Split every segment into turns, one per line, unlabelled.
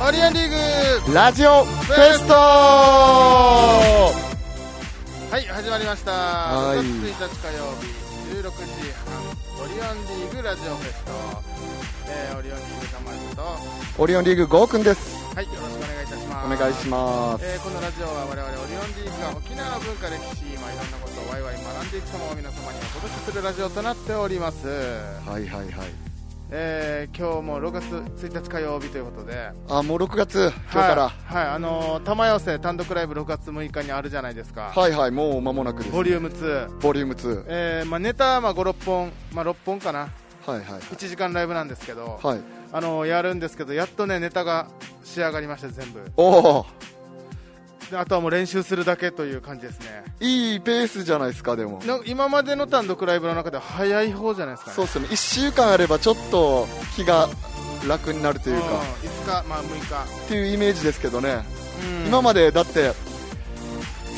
オリエンリーグ
ラジオフェストは
はい始まりました
は
9
い
月1日火曜日16時半オリオンリーグラジオフェスト、えー、オリオンリーグ玉井とは
オリオンリーグゴーくんです
いよろしくお願いいたし
お
ます
願いします
えーこのラジオは我々オリオンリーグが沖縄の文化歴史今いろんなことをワイワイ学んでいく様を皆様にお届けするラジオとなっております、
はいはいはい
えー、今日も6月1日火曜日ということで
あもう6月今日から
はい、はいあのー玉寄せ単独ライブ6月6日にあるじゃないですか、
はいはいもう間もなくです
ボリューム2、
ボリューム2
えーまあ、ネタ、まあ、56本、まあ、6本かな
はいはい
1時間ライブなんですけど、
はい
あのーやるんですけどやっとねネタが仕上がりました全部
おお
であとはもう練習するだけという感じですね
いいペースじゃないですかでも
の今までの単独ライブの中では早い方じゃないですかね
そうっすね1週間あればちょっと気が楽になるというか
ん5日、まあ、6日、
っていうイメージですけどね
うん
今までだって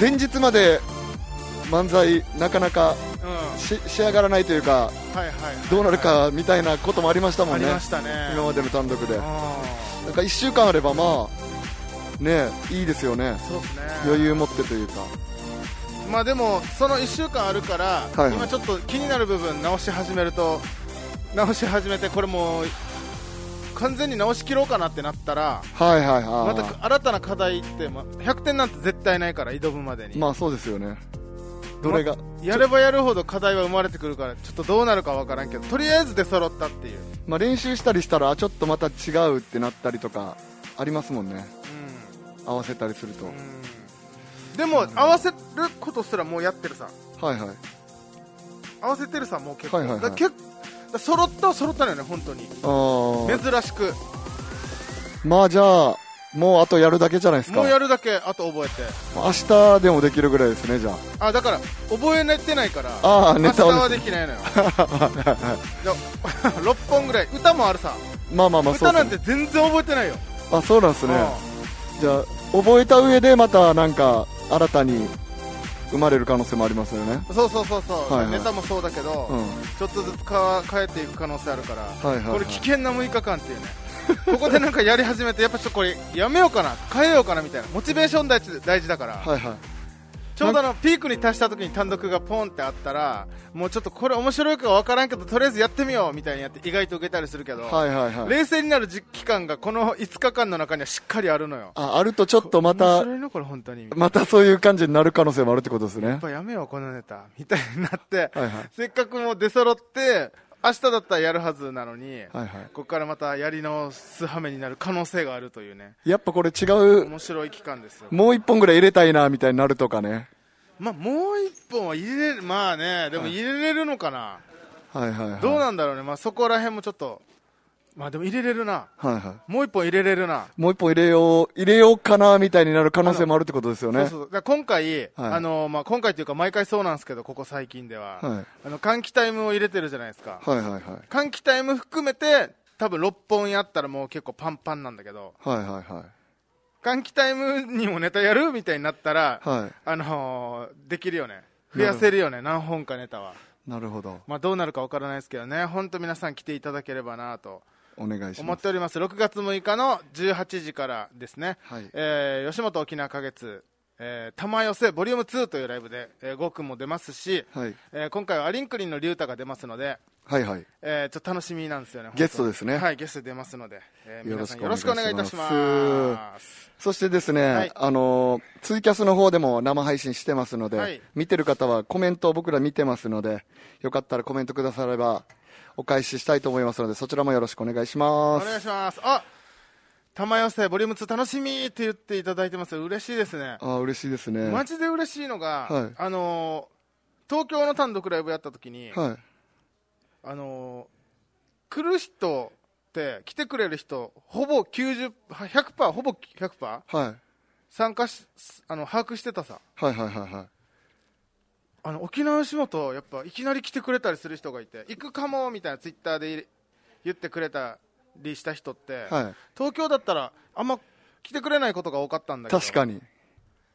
前日まで漫才なかなか
うん、は
し仕上がらないというか
いはいはいはい
どうなるかみたいなこともありましたも
あ
ん
り
ね、
ましたね
今までの単独で、なんか
うん
1週間あれば、まあねいいですよね、
そうですね
余裕持ってというか、
まあでもその1週間あるから、
いはい
今ちょっと気になる部分直し始めると直し始めてこれもう完全に直しきろうかなってなったら
はいはい
ま
はい、
た新たな課題ってま100点なんて絶対ないから挑むまでに、
まあそうですよね、どれが、
やればやるほど課題は生まれてくるからちょっとどうなるかわからんけどとりあえず出揃ったっていう、
まあ、練習したりしたら、あちょっとまた違うってなったりとか、ありますもんね、合わせたりすると、
うんうんでも合わせることすらもうやってるさ
はいはい、
合わせてるさもう結構、
はいはいはい
だから結構だから揃ったは揃ったのよね本当に
あー
珍しく
まあじゃあ、もうあとやるだけじゃないですか、
もうやるだけあと覚えて
明日でもできるぐらいですね、じゃ
あだから覚えてないから
あ
明
ーネ
日
タを
はできないのよ 6本ぐらい歌もあるさ、
あ、まあまあまあ、そう
歌
で
な
す
ん
ね
て全然覚えてないよ、
あそうなんですね。
う
じゃあ覚えた上でまたなんか新たに生まれる可能性もありますよね
んそうそうそうそう、
はいはい
ネタもそうだけど、
うん
ちょっとずつか変えていく可能性あるから、
いはいはい
これ危険な6日間っていうねここでなんかやり始めてやっぱちょっとこれやめようかな変えようかなみたいなモチベーション大事大事だから、
はいはい
ちょうどあのピークに達した時に単独がポンってあったらもうちょっとこれ面白いかわからんけどとりあえずやってみようみたいにやって意外と受けたりするけど、
はいはいはい
冷静になる時期間がこの5日間の中にはしっかりあるのよ
ああるとちょっとま
面
た
白いのこれ本当にや
またそういう感じになる可能性もあるってことですね
っぱやめようこのネタみたいになって、
はいはい
せっかくもう出揃って明日だったらやるはずなのに、
はいはい
ここからまたやり直す羽目になる可能性があるというね
やっぱこれ違う
面白い期間ですよ
もう一本ぐらい入れたいなみたいになるとかね
まあもう一本は入れるまあねでも入れれるのかな、
はいはいはい
どうなんだろうねまあそこら辺もちょっとまあでも入れれるな
はいは
もう一本入れれるな、
いもう一本入れよう入れようかなみたいになる可能性もあるってことですよね
そうそうだから今回、あのまあ、今回というか毎回そうなんですけどここ最近では、
はい
あの換気タイムを入れてるじゃないですか、
はいはいはい
換気タイム含めて多分6本やったらもう結構パンパンなんだけど
はいはいは
換気タイムにもネタやるみたいになったら、
いは
あのーできるよね増やせるよね何本かネタは、
いなるほど
まあ、どうなるかわからないですけどね本当皆さん来ていただければなと
お願いし
思
ま
っ
す
ております6月6日の18時からですね、
はい
えー吉本沖縄花月、えー玉寄せボリューム2というライブで、えー、ゴーくんも出ますし、
はい
えー今回はアリンクリンの竜太が出ますので、
はいはい
えーちょっと楽しみなんですよね
ゲストですね
はいゲストで出ますので、えー皆さんよ
よ
ろ
ろ
し
し
く
く
お
お
願
願
い
い
い
い
た
た
し
し
ま
ます
す
そしてですね、
はい
あのーツイキャスの方でも生配信してますので、
はい
見てる方はコメントを僕ら見てますので、よかったらコメントくださればお返ししたいと思いますので、そちらもよろしくお願いし
お
ます。
願いしますあ玉寄せボリューム2楽しみって言っていただいてます嬉しいですね
あー嬉しいですね。
マジで嬉しいのが、
はい
あのー東京の単独ライブやった時に、
はい。
あのー来る人って来てくれる人ほぼ90 100%ほぼ100%
はい。
参加しあの把握してたさ
はいはいはいはい。
あの沖縄吉本やっぱいきなり来てくれたりする人がいて行くかもみたいなツイッターで言ってくれたりした人って、
はい
東京だったらあんま来てくれないことが多かったんだけど
確かに。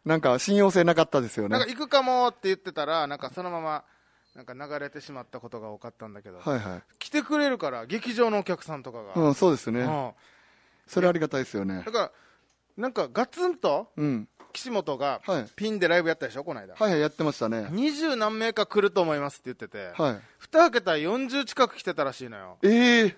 なんか信用性なかったですよね。
なん
は
か
い
行くかもって言ってたらなんかそのままなんか流れてしまったことが多かったんだけど、
はい。
来てくれるから劇場のお客さんとかが、
うん、そうですね。
うん
それありがたいですよね
だ。からなんかガツンと
うん。
岸本が
はい
ピンでライブやったでしょこの間
はいはい、やってましたね。
二十、何名か来ると思いますって言ってて、
はい。
2桁40近く来てたらしいのよ
ええ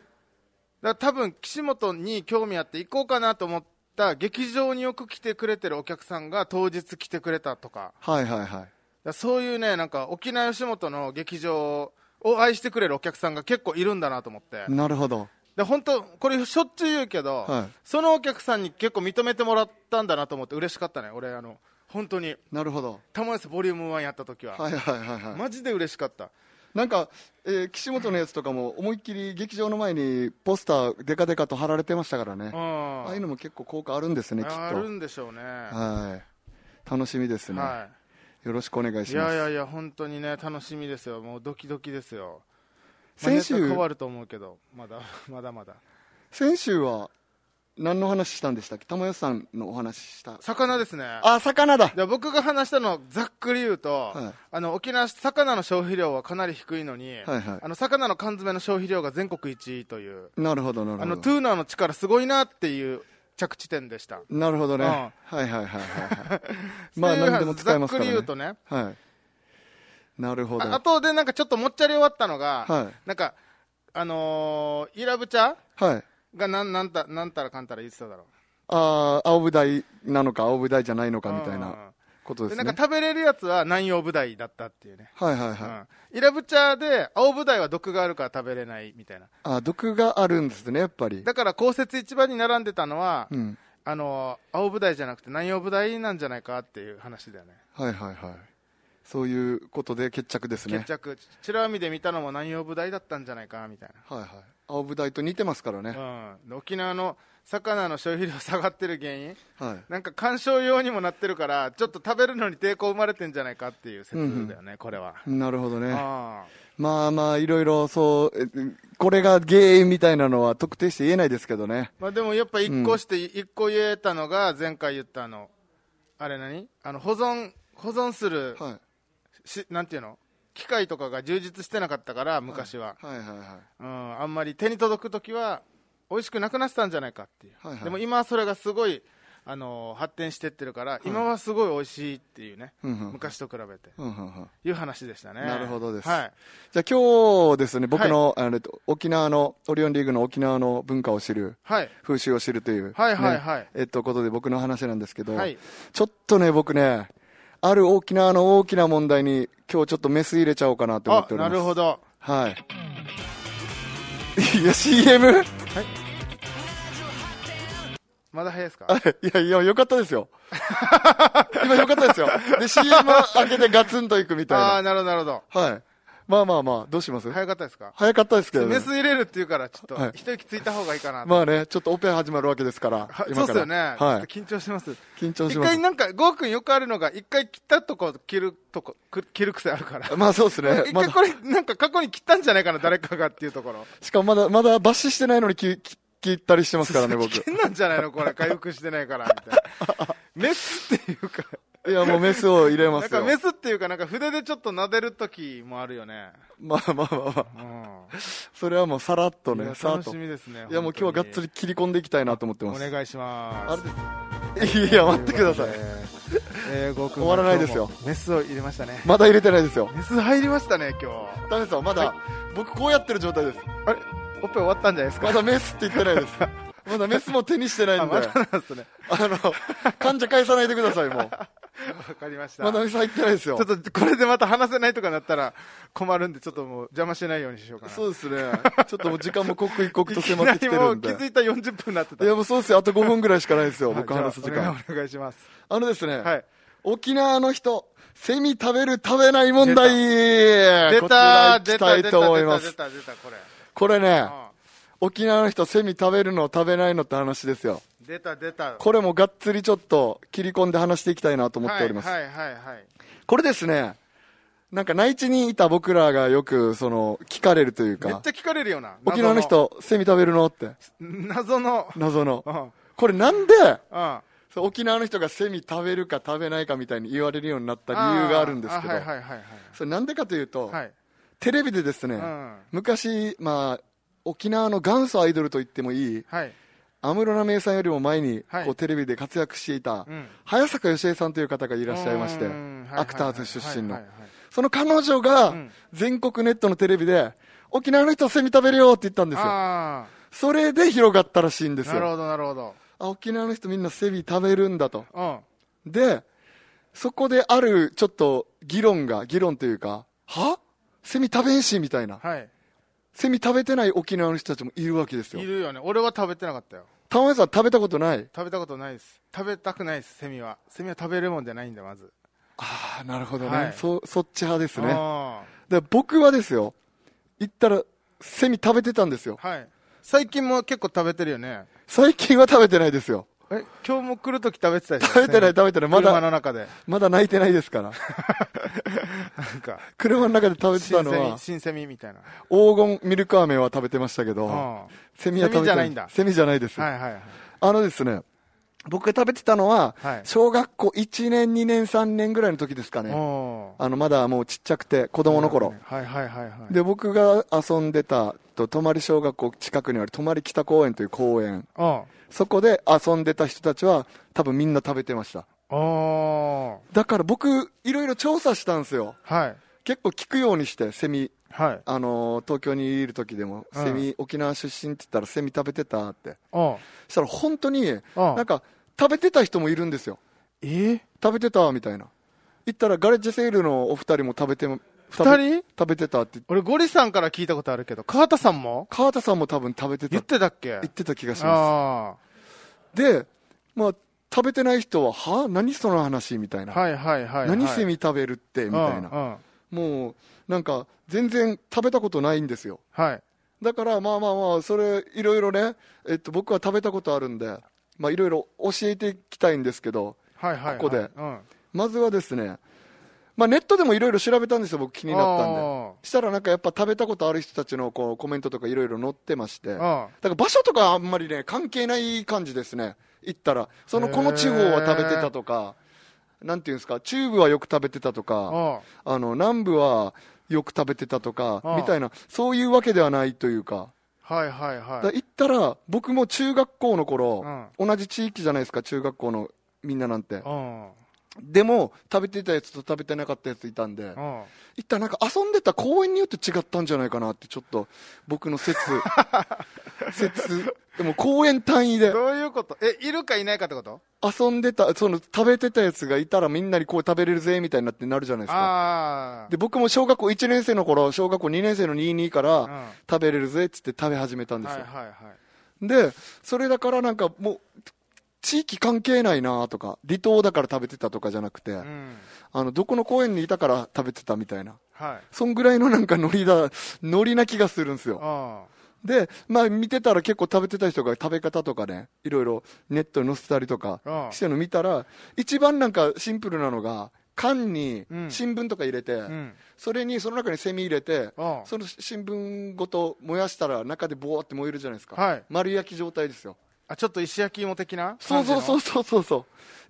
だから多分岸本に興味あって行こうかなと思った劇場によく来てくれてるお客さんが当日来てくれたとか
はいはいは
だ
い。
からそういうねなんか沖縄吉本の劇場を愛してくれるお客さんが結構いるんだなと思って、
なるほど。
で本当これしょっちゅう言うけど、
はい
そのお客さんに結構認めてもらったんだなと思って嬉しかったね俺あの本当に
なるほど。
たまですボリューム1やった時は、
はいはいはいはい。
マジで嬉しかった
なんか、えー岸本のやつとかも思いっきり劇場の前にポスターデカデカと貼られてましたからね
うん。
ああいうのも結構効果あるんですね、きっと。
あるんでしょうね
はい。楽しみですね。
は
よろしくお願い
い、い
しま
や
す。
いやいや本当にね楽しみですよもうドキドキですよまあ
先週
ネタ変わると思うけどまだ まだまだ
先週は何の話したんでしたっけ玉代さんのお話した。
魚ですね
あ、魚だ
で僕が話したのをざっくり言うと、
はい
あの沖縄魚の消費量はかなり低いのに、
はいはい
あの魚の缶詰の消費量が全国1位という
なるほど、なる
あ
ほ
の
ど
ト。ゥーナーの力すごいなっていう着地点でした。
なるほどね。
うん
はいはいはいはいはい。ま あ
そういう
何でも使えますから
ざっくり言うと
ね。
ね。
はい。なるほど。
ああ
は
とでなんかちょっともっちゃり終わったのが、
はい
なんか、あのー、イラブチャ
い。
がなんなんたなんたらかんたら言ってただろ
ああ、青舞台なのか青舞台じゃないの
う。
かみたい
うん
なこと
で
です
なん
ね
か。食べれるやつは南洋ブダイだったっていうね。
はいはいはい。
うん、イラブチャで青ブダイは毒があるから食べれないみたいな。
あ毒があるんですね、やっぱり。
だから公設一番に並んでたのは、
うん。
あのー、青ブダイじゃなくて南洋ブダイなんじゃないかっていう話だよね。
はいはいはい。そういうことで決着ですね
決。着、チラ海で見たのも南洋ブダイだったんじゃないかみたいな。
はいはい。青舞台と似てますからね。
うん、沖縄の魚の消費量下がってる原因
はい。
なんか観賞用にもなってるからちょっと食べるのに抵抗生まれてんじゃないかっていう説だよね、これは、
なるほどね。
あ
まあまあ、いろいろそう、えこれが原因みたいなのは特定して言えないですけどね。
まあ、でもやっぱ一個して一個言えたのが前回言ったあのあれ何あの保存保存する
は
しなんていうの機械とかが充実してなかったから
い。
昔は、
はいはいはい。
うん、あんまり手に届く時は美味しくなくなってたんじゃないかっていう、
はいはい
でも今はそれがすごい、あのー発展してってるから、今はすごい美味しいっていうね、
うんうん
昔と比べて
うんうんうん
いう話でしたね
なるほどです
はい、
じゃあ今日ですね、僕の、あの沖縄の、オリオンリーグの沖縄の文化を知る、
はい、
風習を知るという、
はいはいはい
ねえっと、ことで僕の話なんですけど、
はい
ちょっとね、僕ね、ある沖縄の大きな問題に、今日ちょっとメス入れちゃおうかなと思
あ
っておりま
な
す。
るほど
はい。いや、CM?
まだ早いですか
あいや、いや、よかったで すよ。今よかったですよ。で、CM 開けてガツンといくみ
ああ
たい
ーなるほどなるほど
な。はい。まあまあまあ、どうします、
早かったですか
早かったですけどね、
メス入れるっていうからちょっと、
はい
一息ついた方がいいかなと、
まあね、ちょっとオペ始まるわけですか
は
ら。
そう
今
っす
から
よね、
は
ちょっと緊張します
い。緊張し
一
ます
回。なんかゴーくんよくあるのが一回切ったとこ切るとこく切る癖あるから
まあそうですね。
一
ま
回
だ
これ、なんか過去に切ったんじゃないかな、誰かがっていうところ。
しかもまだ、まだ抜歯してないのにきき切ったりしてますからね、僕。
危険なんじゃないのこれ、回復してないから、みたい な。メスっていうか、
いや、もうメスを入れ
な
ま
ん
す
か
よ。
メスっていうか、なんか筆でちょっと撫でる時もあるよね。
まあまあまあまあ。
うん。
それはもうさらっと
い
ね
や、
さらっ
楽
と。
し
い
みですね。
や、もう今日はがっつ
り。
り切り込んでいきたいなと思って
お
ます。
願いします。
あれです。いや、待ってください。
えー、ゴーくん
終わらないですよ。
メスを入れましたね。
まだ入れてないですよ。
メス入りましたね、今日。
ダメですよ、まだ、僕こうやってる状態です。
あれオペ終わったんじゃないですか
まだメスって言ってないです。まだメスも手にしてない
あ
んで。
ま
あ
だなんですね。
の、患者返さないでくだ さい、もう。
わかりました。
まだメス入ってないですよ
ち。ょっとこれでまた話せないとかなったら困るんで、ちょっともう邪魔しないようにしようかな。
そうですね。ちょっともう時間も刻一刻と
いき
迫
な
って
り
きて
も
る
うん気
で。
づいたら40分になってた。
いや、もうそうですよ。あと5分ぐらいしかないですよ。
はい
僕話す時
じゃあ
間。
お願いします。
あのですね、
はい。
沖縄の人、セミ食べる食べない問題
出
こち
たー
ら行
出た
きた
出
い
た
と思いま
出
す。
た出た出たこれ。
これね、
う
沖縄の人、セミ食べるの食べないのって話ですよ。
ん出た出た。
これもがっつりちょっと切り込んで話していきたいなと思っております。
はいはいはいはい。
これですね、なんか内地にいた僕らがよく、その、聞かれるという
めっ
か
ちゃ、聞かれるよな。
沖縄の人、セミ食べるのって、
謎の。
謎
謎
の。
の。
これなんで、
うん。うん
そう沖縄の人がセミ食べるか食べないかみたいに言われるようになった理由があるんですけど、
はいはいはい
それなんでかというと、
はい。はい。
テレビでですね、
うん
昔、まあ、沖縄の元祖アイドルと言ってもいい、
はい。
安室奈美恵さんよりも前に、
はい
こうテレビで活躍していた、
うん
早坂芳恵さんという方がいらっしゃいまして、
うんはいはいはい
アクターズ出身の、
はいはいはい
その彼女が
ん
全国ネットのテレビで、沖縄の人はセミ食べるよって言ったんですよ。
あ
それで広がったらしいんで
あ
す
なる
よ。
ほどなるほど
あ沖縄の人みんなセミ食べるんだと。
うん
で、そこであるちょっと議論が、議論というか、はセミ食べんしみたいな。
はい
セミ食べてない沖縄の人たちもいるわけです
い
よ。
るよね俺は食べてなかったよ
タモリさん食べたことない
食べたことないです食べたくないですセミはセミは食べるもんじゃないんでまず
ああ、なるほどね、
はい
そ。そっち派ですね。
あ
で僕はですよ、行ったら、セミ食べてたんですよ。
ーはい最近も結構食べてるよね
最近は食べてないですよ。
え今日も来るとき食べてたでしょ
食べてな
セ
い
ミ
食べてないまだ
車の中で
まだ泣いてないで すから。
なんか
車の中で食べて
新セ
たの
ミ
は、
新セミみたいな
黄金ミルク飴は食べてましたけ
うん
ど、
は
セミは
セ
食べて
ミじゃないんだ
セミじゃないです
い。はいはい
あのですね、僕が食べてたのは
はい、
小学校1年、2年、3年ぐらいの時ですかね。
おー
あの、まだもうちっちゃくて、子供の頃。
はいはいはいはい
で、僕が遊んでた、と、泊小学校近くにある泊北公園という公園。
うん
そこで遊んでた人たちは、多分みんな食べてました。
お
だから僕、いろいろ調査したんですよ。
ーはい
結構聞くようにして、セミ、
はい
あのー東京にいる時でも、
うん
セミ、沖縄出身って言ったら、セミ食べてたって。
うん
したら本当に、
うん
なんか、食べてた人もいるんですよ。
え
食べてたみたいな。言ったら、ガレッジセールのお二人も食べて、二
二人
食べてたって。
俺ゴリさんから聞いたことあるけど川田さんも
川田さんも多分食べてた
言
っ
っててたっけ
言ってた気がしま
あ
す。で、まあ、食べてない人は、は何その話みたい
あ
な。
はいはいはいはい
何セミ食べるってみたいな。
うんうん
もう、なんか、全然食べたことないんですよ。
はい
だから、まあまあまあ、それ、いろいろね、えっと、僕は食べたことあるんで、まあ、いろいろ教えていきたいんですけど、
はいはいはい
ここで
うん
まずはですね、まあ、ネットでもいろいろ調べたんですよ、僕気になったんで。したらなんかやっぱ食べたことある人たちのこうコメントとかいろいろ載ってまして、だ
あ
か
ー
ら場所とかあんまりね、関係ない感じですね、行ったら。その、この地方は食べてたとか、なんていうんですか、中部はよく食べてたと
あ
か、
ー
あの、南部はよく食べてたとか
あ、あ
みたいな、そういうわけではないというか、
はいはいはい
だから行ったら、僕も中学校の頃、
う
同じ地域じゃないですか、中学校のみんななんて。
うん
でも、食べてたやつと食べてなかったやついたんで
う、ん
行ったらなんか遊んでた公園によって違ったんじゃないかなって、ちょっと、僕の説、 説、でも公園単位で
どういうことえいるかいないかってこと
遊んでた、その食べてたやつがいたらみんなにこう食べれるぜ、みたいになってなるじゃないですか。
ああ
で、僕も小学校1年生の頃、小学校2年生の22から、
うん
食べれるぜっつって食べ始めたんです
はい
よ。
はいはい
で、それだからなんかもう、地域関係ないなとか、離島だから食べてたとかじゃなくて、
うん
あの、どこの公園にいたから食べてたみたいな。
はい
そんぐらいのなんかノリだ、ノリな気がするんですよ。
あ
で、まあ見てたら結構食べてた人が食べ方とかね、いろいろネットに載せたりとか
うん
してるの見たら、一番なんかシンプルなのが、缶に
うん
新聞とか入れて、
あうん
それにその中にセミ入れて、
うん
その新聞ごと燃やしたら中でボーって燃えるじゃないですか、
はい
丸焼き状態ですよ
あちょっと石焼き芋的な
そうそうそううそうそうそう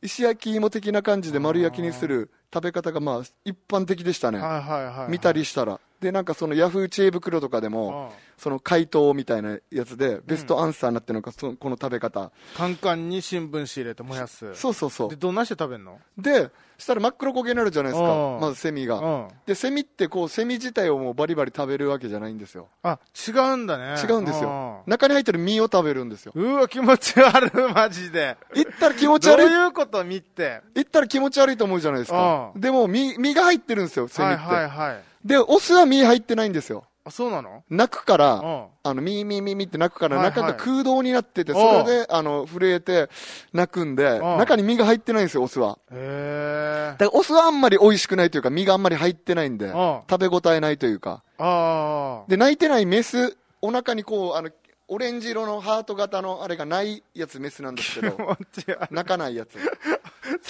石焼き芋的な感じで丸焼きにする食べ方がまあ一般的でしたね、
はいはいはいはい
見たりしたらでなんかそのヤフー知恵袋とかでも
うん
その回答みたいなやつでベストアンサーになってるのがそのこの食べ方、
カンカンに新聞紙入れて燃やす
そうそうそ
で
う
どんなして食べんの
でしたら真っ黒焦げになるじゃないです
う
か
ん
まずセミ
う
が
ん
でセミってこうセミ自体をもうバリバリ食べるわけじゃないんですよ
あ違うんだね
違うんですよ中に入ってる実を食べるんですよ
うんうわ気持ち悪い マジで
行ったら気持ち
どう
悪い
いうこと見て
行ったら気持ち悪いと思うじゃないですか。
うん
でも、身、身が入ってるんですよ、セミ
はい
って。
はいはい
で、オスは身入ってないんですよ。
あそうなの
泣くか
う
ら、
ん
あの、ミーミーミーミーって泣くから、
はいはい
中が空洞になってて、
うん
それで、あの、震えて泣くんで、
ん
中に身が入ってないんですよ、オスは。
へえ
だから、オスはあんまり美味しくないというか、身があんまり入ってないんで
ん、
食べ応えないというか。
あ
で、泣いてないメス、お腹にこう、あの、オレンジ色のハート型のあれがないやつメスなんですけ
あ気
ど、
持ち悪い
泣かないやつ。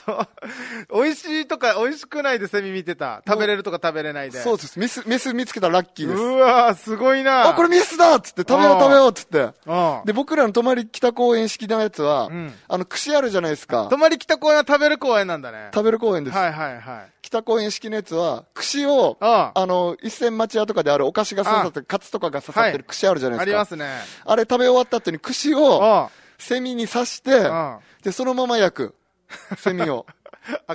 そう美味しいとか美味しくないでセミ見てた食べれるとか食べれないで
そうです。メス、メス見つけたらラッキーです。
うわすごいな
あ、これメスだっつって、食べよう食べようっつって。
うん
で、僕らの泊まり北公園式のやつは、
うん
あの、串あるじゃないですか
泊。まり北公園は食べる公園なんだね
食べる公園です。
はいはいはい
北公園式のやつは、串を、
あ
あの、一銭町屋とかであるお菓子が刺さってる、カツとかが刺さって
はい
る串あるじゃな
あ
いです
り
か。
ますね
あれ食べ終わった後に串を、
あ
セミに刺して
うん、あ
でそのまま焼くセミ を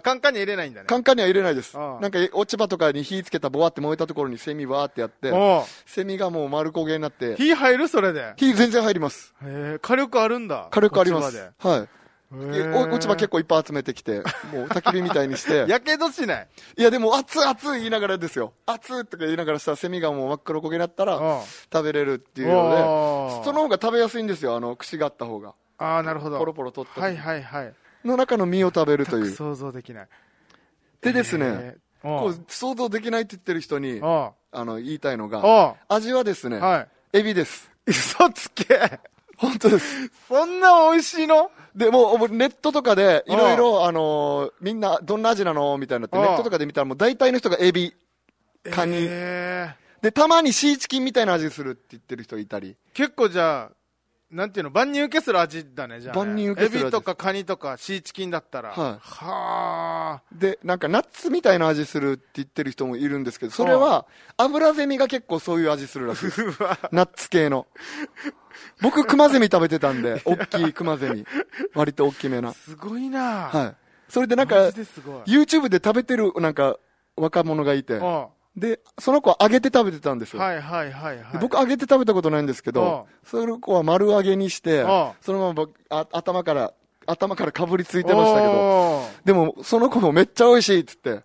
カンカンに入れないんだね
カンカンには入れないです
ああ
なんか落ち葉とかに火つけたボワって燃えたところにセミわーってやって
おう
セミがもう丸焦げになって
火入るそれでへ
火全然入ります
え火力あるんだ
火力ありま
落ち
すはい
葉で
で
へえ
お落ち葉結構いっぱい集めてきてもう焚き火みたいにして
やけどしない
いやでも熱々言いながらですよ熱とか言いながらしたらセミがもう真っ黒焦げになった
う
ら
ん
食べれるっていうの
お
で
ー
その方が食べやすいんですよあの串があった方が
ああなるほど
ポロポロ取って、
はいはいはい
の中の実を食べるという
想像できない
でですね
へえお
こ
う
う想像できないって言ってる人に
おう
あの言いたいのが
お
味はですね
うは
エビです
い嘘つけ
本当です
そんな美味しいの
でもうネットとかでいろいろあのーみんなどんな味なのみたいなって
うん
ネットとかで見たらもう大体の人がエビカニ、
ええ
でたまにシーチキンみたいな味するって言ってる人いたり
結構じゃあなんていうの万人受けする味だねじゃあね
万人受けする味
エビとかカニとかシーチキンだったら
はい
はあ
でなんかナッツみたいな味するって言ってる人もいるんですけどそれは油ゼミが結構そう いう味するらしいです
うわ
ナッツ系の僕クマゼミ食べてたんで大き いクマゼミ割と大きめな
すごいな
はいそれでなん
マ
か
ジですごい
YouTube で食べてるなんか若者がいて
うん
でその子は揚げて食べてたんですよ、
はいはいはいはい
で僕揚げて食べたことないんですけどその子は丸揚げにして
あ
そのまま僕あ頭から頭からかぶりついてましたけどでもその子もめっちゃ美味しいっつって
ど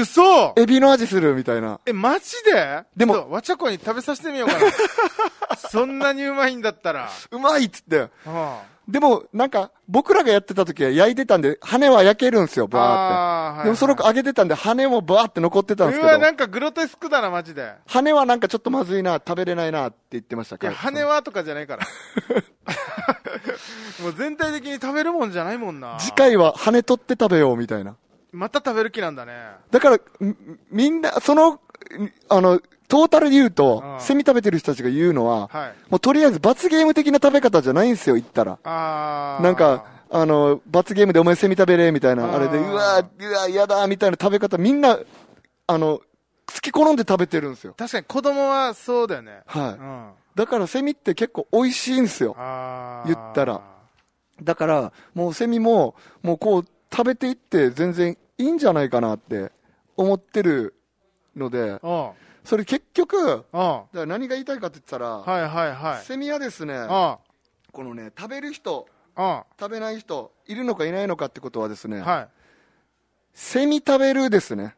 嘘
エビの味するみたいな
えマジで
でも
ちょっとわちゃこに食べさせてみようか なそんなにうまいんだったら
うまいっつって
うんあ
でもなんか僕らがやってた時は焼いてたんで羽は焼けるんですよバーって
あ
でもその
か
子揚げてたんで羽もバーって残ってたんです
う
けど
わなんかグロテスクだなマジで
羽はなんかちょっとまずいな食べれないなって言ってました
い
か
や、
ら
羽はとかじゃない から。もう全体的に食べるもんじゃないもんな。
次回は羽取って食べようみたいな
また食べる気なんだね。
だから、みみんな、その、んあの、トータルで言うと、
うん
セミ食べてる人たちが言うのは、
はい。
もうとりあえず罰ゲーム的な食べ方じゃないんですよ、言ったら。
あー。
なんか、あの、罰ゲームでお前セミ食べれ、みたい
あ
な、
ー
あれで、うわー、うわー、やだー、みたいな食べ方、みんな、あの、好き好んで食べてるんですよ。
確かに子供はそうだよね。う
は
ん。
い。だからセミって結構美味しいんですよ。
あー。
言ったらだから、もうセミも、もうこう、食べていって全然いいんじゃないかなって思ってるので、
うん。
それ結局、
うん。は
だから何が言いたいかって言ったら、
いはいはい。
セミはですね
うん。う
このね食べる人
ん。
食べない人いるのかいないのかってことはですね、
はい。
セミ食べるですね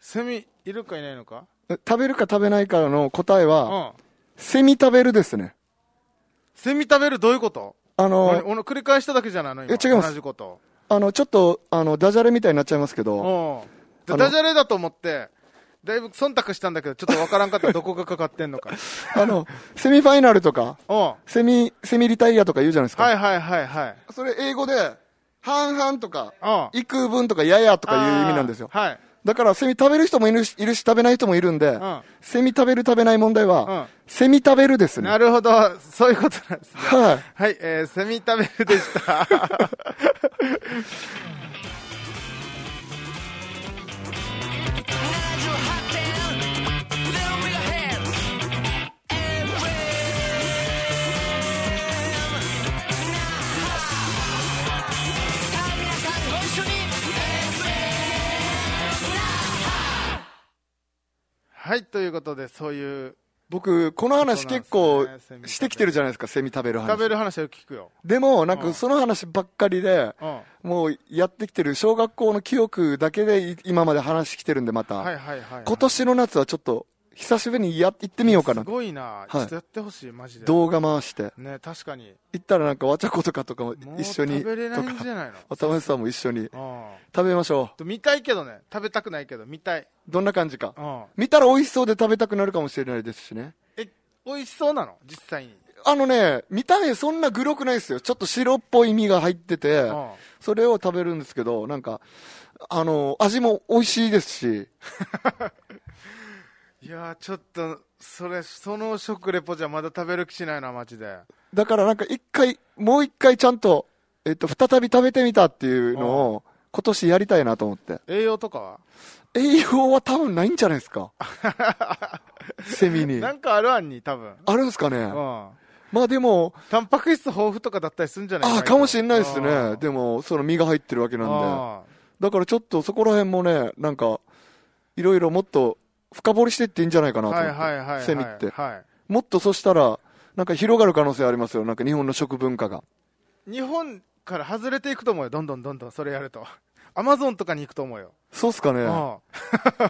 セミ、いるかいないのか
食べるか食べないかの答え
うん。
は、セミ食べるですね
セミ食べるどういうこと
あ
俺、
の
俺繰り返しただけじゃないの今
いや違います
同じこと。
あのちょっとあのダジャレみたいになっちゃいますけど
う
あの
ん。ダジャレだと思って、だいぶ忖度したんだけど、ちょっとわからんかった。どこがかかってんの か。
あのセミファイナルとか
うん。は
セミセミリタイアとか言うじゃないです
い
か、
はいはいはい。
それ英語で半々とか
うん。
幾分とかややと
と
かいう意味なんですよ
はい。
だからセミ食べる人もいるしいるし食べない人もいるんで、
ん
セミ食べる食べない問題は、
うん
セミ食べるですね
なるほど。そういうことなんですね。
はい
はい、えー、セミ食べるでした。はい、ということで、そういう、
僕この話結
そ
構
うなんですね
してきてるじゃないですかセミ食べる
食べ
話
る話を聞くよ。
でもなん
う
か
ん
その話ばっかりで
うん。は
もうやってきてる小学校の記憶だけでい今まで話してきてるんでま
いはい
た
はいはい。
今年の夏はちょっと久しぶりにや行ってみようかな
すごいな。ちょっとやってほしい、マジで。
動画回して
ね、確かに。
行ったらなんかわちゃことかとかも
もう
一緒に
食べれな
と
いんじ
か
ゃない
渡辺さんも一緒に
のうん。
食べましょ
と見たいけどね。食べたくないけど、見たい。
うどんな感じか
うん。
見たら美味しそうで食べたくなるかもしれないですしね
え、美味しそうなの実際に。
あのね見た目そんなグロくないですよちょっと白っぽい身が入ってて、
うん。
それを食べるんですけど、なんか、あの、味も美味しいですし、
いやー、ちょっと、それ、その食レポじゃまだ食べる気しないな、マジで。
だからなんか一回、もう一回ちゃんと、えっと、再び食べてみたっていうのを、今年やりたいなと思って。
栄養とかは
栄養は多分ないんじ ゃないですか。セミに
な。んかあるあんに、多分。
あるんですか
う
ね
ん。
まあでも、
タンパク質豊富とかだったりするんじゃない
ああ、かもしれないですね。
も、
でも、その身が入ってるわけなんで。
あ
だからちょっとそこら辺もね、なんか、いろいろもっと深掘りしていっていいんじゃないか
ー
なと
はい
思
はいはい
っ
はい。
て。セミって。
は
もっとそしたら、なんか広がる可能性ありますよ。なんか日本の食文化が。
い。日本から外れていくと思うよ。どんどんどんどんそれやると。 アマゾンとかに行くと思うよ。
そうっすかね。
うん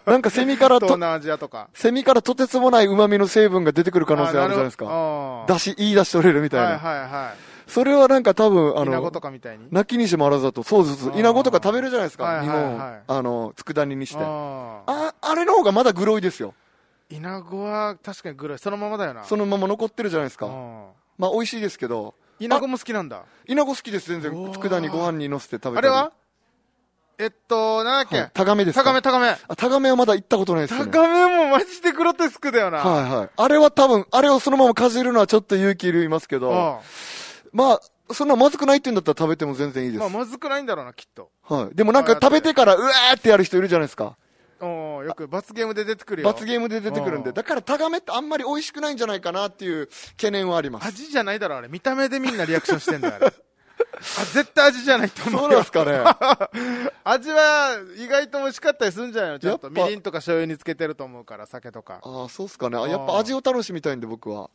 なんかセミから
東
と、
南アジアとか。
セミからとてつもない旨味の成分が出てくる可能性あるじゃないですか。
か
出し、いい出し取れるみたい
はい
な。
はいは
それはなんか多分、あ
い。イナゴ
の
と、かみたいに。
泣きにしもあらずだと、そうです。
あー
イナゴとか食べるじゃないですか。
はいはいはい
日本、あの、佃煮にして。あ
あー
あ、あれの方がまだグロいですよ。
イナゴは確かにグロい。そのままだよな。
そのまま残ってるじゃないです
う
か。
ん
まあ美味しいですけど、
イナゴも好きなんだ。
イナゴ好きです、全然
うわ。ー
佃煮ご飯に乗せて食べたり
あれはえっと、なんだっ
はい
け
タガメですか
高め高め。
あタガメはまだ行ったことないです
高
ね。
めもマジでグロテスクだよな。
はいはい。あれは多分、あれをそのままかじるのはちょっと勇気いりますけど、まあ、そんなまずくないって言うんだったら食べても全然いい
うん
で
まあ、
す。
まずくないんだろうな、きっと。
はい。でもなんか食べてから、うわーってやる人いるじゃないですか。
おーよく罰ゲームで出てくるよ。
罰ゲームで出てくるん
う
で。
ん
だからタガメってあんまり美味しくないんじゃないかなっていう懸念はあります。
味じゃない だろ、あれ。見た目でみんなリアクションしてんだよ、あ れ。あ絶対味じゃないと思
そう
う
な
よ
んです。かね。
味は意外と美味しかったりするんじゃないのちょっと
やっ
み
ぱ
りんとか醤油につけてると思うから、酒とか。
ああ、そうっすかね。
う
あ
ん
やっぱ味を楽しみたいんで僕は。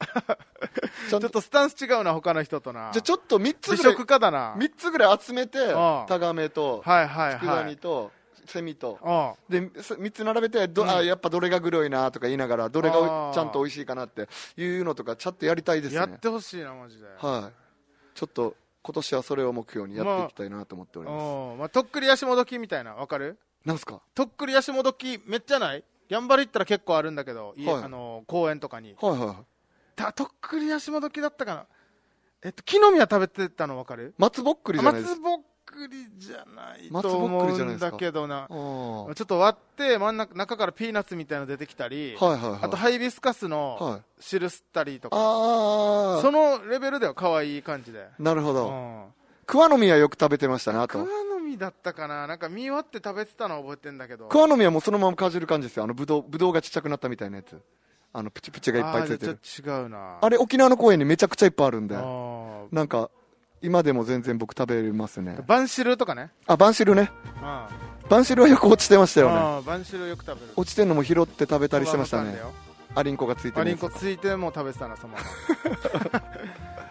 ち
ち
ゃ
ょっ
んと、じ
とスタンス違うな、他の人とな。
ゃあちょっと3つ
美
ぐらい
食、家だな。
三つぐらい集めて
ん、
タガメと、
はいはい
佃
はい
煮。と、セミと。
うん
で、3つ並べてど、
うん
あ、やっぱどれがグロいなとか言いながら、どれがお
あー
いちゃんと美味しいかなっていうのとか、ちゃんとやりたいです
や
ね
っ。てほしいな、マジで。
はい。ちょっと、今年はそれを目標にやっていきたいなと思っております。
うんまあ、とっくり足もどきみたいな、わかる
なんすか
とっくり足もどき、めっちゃないやんばる行ったら結構あるんだけど、家
はい
あの公園とかに。
はいはい。
たとっくり足もどきだったかな。えっと、木の実は食べてたのわかる
松ぼっくりじゃないです
松
か。
ぼっくりじゃない
松
と
ぼっ
思
くりじゃないうで
ん
すか
だけどな。
あー
ちょっと割って、真ん中中からピーナッツみたいなの出てきたり、
はいはいはい。
あとハイビスカスの
はい。
汁吸ったりとか、
あ
そのレベルでは可愛い感じで。
あ、なるほ
う
ど。
ん
桑の実はよく食べてましたね、あ
桑
と。
の実だったかななんか実割って食べてたのは覚えてんだけど。
桑の実はもうそのままかじる感じですよ。あの、ぶどう、ぶどうがちっちゃくなったみたいなやつ。あの、プチプチがいっぱいついて
あー
る。
じゃあ違うな。
あれ、沖縄の公園にめちゃくちゃいっぱいあるんで。
あ
なんか、今でも全然僕食べれますね
ー。バンシルとかね。
あ、バンシルね。
うん。あ
バンシルはよく落ちてましたよね。
ーバンシルよく食べる。
落ちてんのも拾って食べたりしてましたね。アリンコがついて
ア
る
リ
や
ン
つ
コついても食べてたな、そのま ま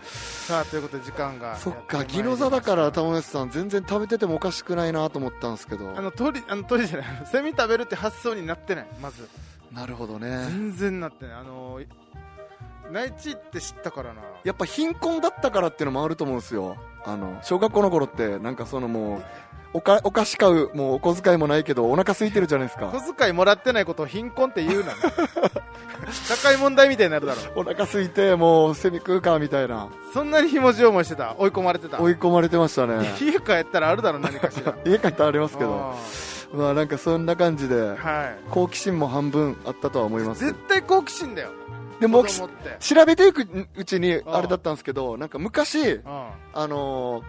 さあ、ということで時間が。
そっか、ギノザだから、
た
玉安さん、全然食べててもおかしくないなと思ったんですけど
あ。の鳥、あの鳥じゃない、 セミ食べるって発想になってない、まず。
なるほどね。
全然なってない。あのー、内地って知ったからな。
やっぱ貧困だったからっていうのもあると思うんですよ。あの、小学校の頃って、なんかそのもう、おか、お菓子買う、もうお小遣いもないけど、お腹空いてるじゃないですか。
小遣いもらってないことを貧困って言うな。 社会問題みたいになるだろ。
お腹空いて、もう、セミ食うか、みたいな。
そんなにひもじい思いしてた。追い込まれてた。
追い込まれてましたね。
家帰ったらあるだろ、何かし ら。
家帰ったらありますけど。
あ
まあなんかそんな感じで
ー、はい。
好奇心も半分あったとは思いますけ
絶
ど。
対好奇心だよ。
で
子
も
供
僕
って。
調べていくうちに
あ
あれだったんですけど、なんか昔、
うん。は
あのー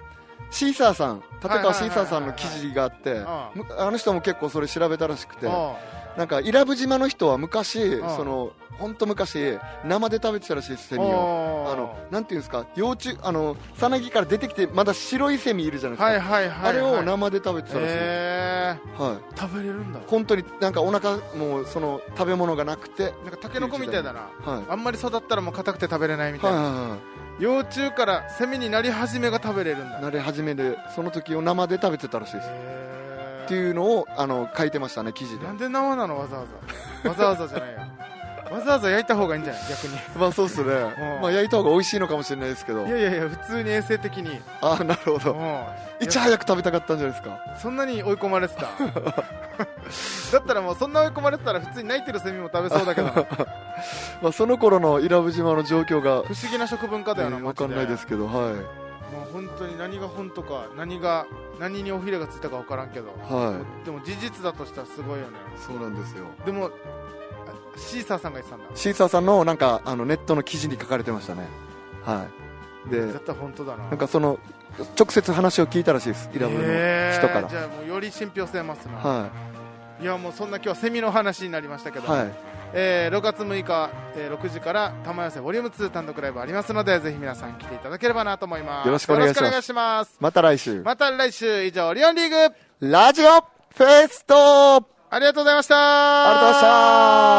シーサーさん、立川シーサーさんの記事があって、
ああ
むあの人も結構それ調べたらしく
い
て、なんか伊良部島の人は昔、
ああ
その、ほんと昔、生で食べてたらしいです、セミを。あの、なんていうんですか、幼虫、あの、さなぎから出てきて、まだ白いセミいるじゃないですか。
はいはいはい。
あれを生で食べてたらしい。
へ
はい。
ー食べれるんだ。
本当になんかお腹もうその食べ物がなくて、
なんかタケノコみたいだな。
はい、
あんまり育ったらもう硬くて食べれないみた
はいい
な。
は
幼虫からセミになり始めが食べれるん
いはい
だ。
慣れ始めでその時を生で食べてたらしいです
へー
っていうのをあの書いてましたね記事で
なんで生なのわざわざ。わざわざじゃ ないよ。わざわざ焼いた方がいいんじゃない逆に。
まあそうっすね、まあ焼いた方が美味しいのかもしれないですけど
いやいやいや、普通に衛生的に。
ああなるほ
う
ど
ん
いち早く食べたかったんじゃないですか
そんなに追い込まれて ただったらもうそんな追い込まれてたら普通に泣いてるセミも食べそうだけど不
まあその頃の伊良部島の状況が、
思議な食文化だよな、
えー
マ
わ
ジ
かんないですけどはい
もう本当に何が本当か何が何におひれがついたか分からんけど、
は
でも事実だとしたらすごいよね
いそうなんですよ
でもあシーサーさんが言ってたんだ
シーサーさんのなんかあのネットの記事に書かれてましたねはいで
絶対本当だな
なんかその直接話を聞いたらしいですイラブの
へー
人から、
じゃあもうより信憑性ますな、、
はい
やもうそんな今日はセミの話になりましたけ
い
ど、
はい
えー6月6日、えー6時から玉寄せボリューム2単独ライブありますのでぜひ皆さん来ていただければなと思います
よろしくお願いします
よろしくお願いします
また来週、
また来週以上リオンリーグ
ラジオフェスト
ありがとうございました
ありがとうございました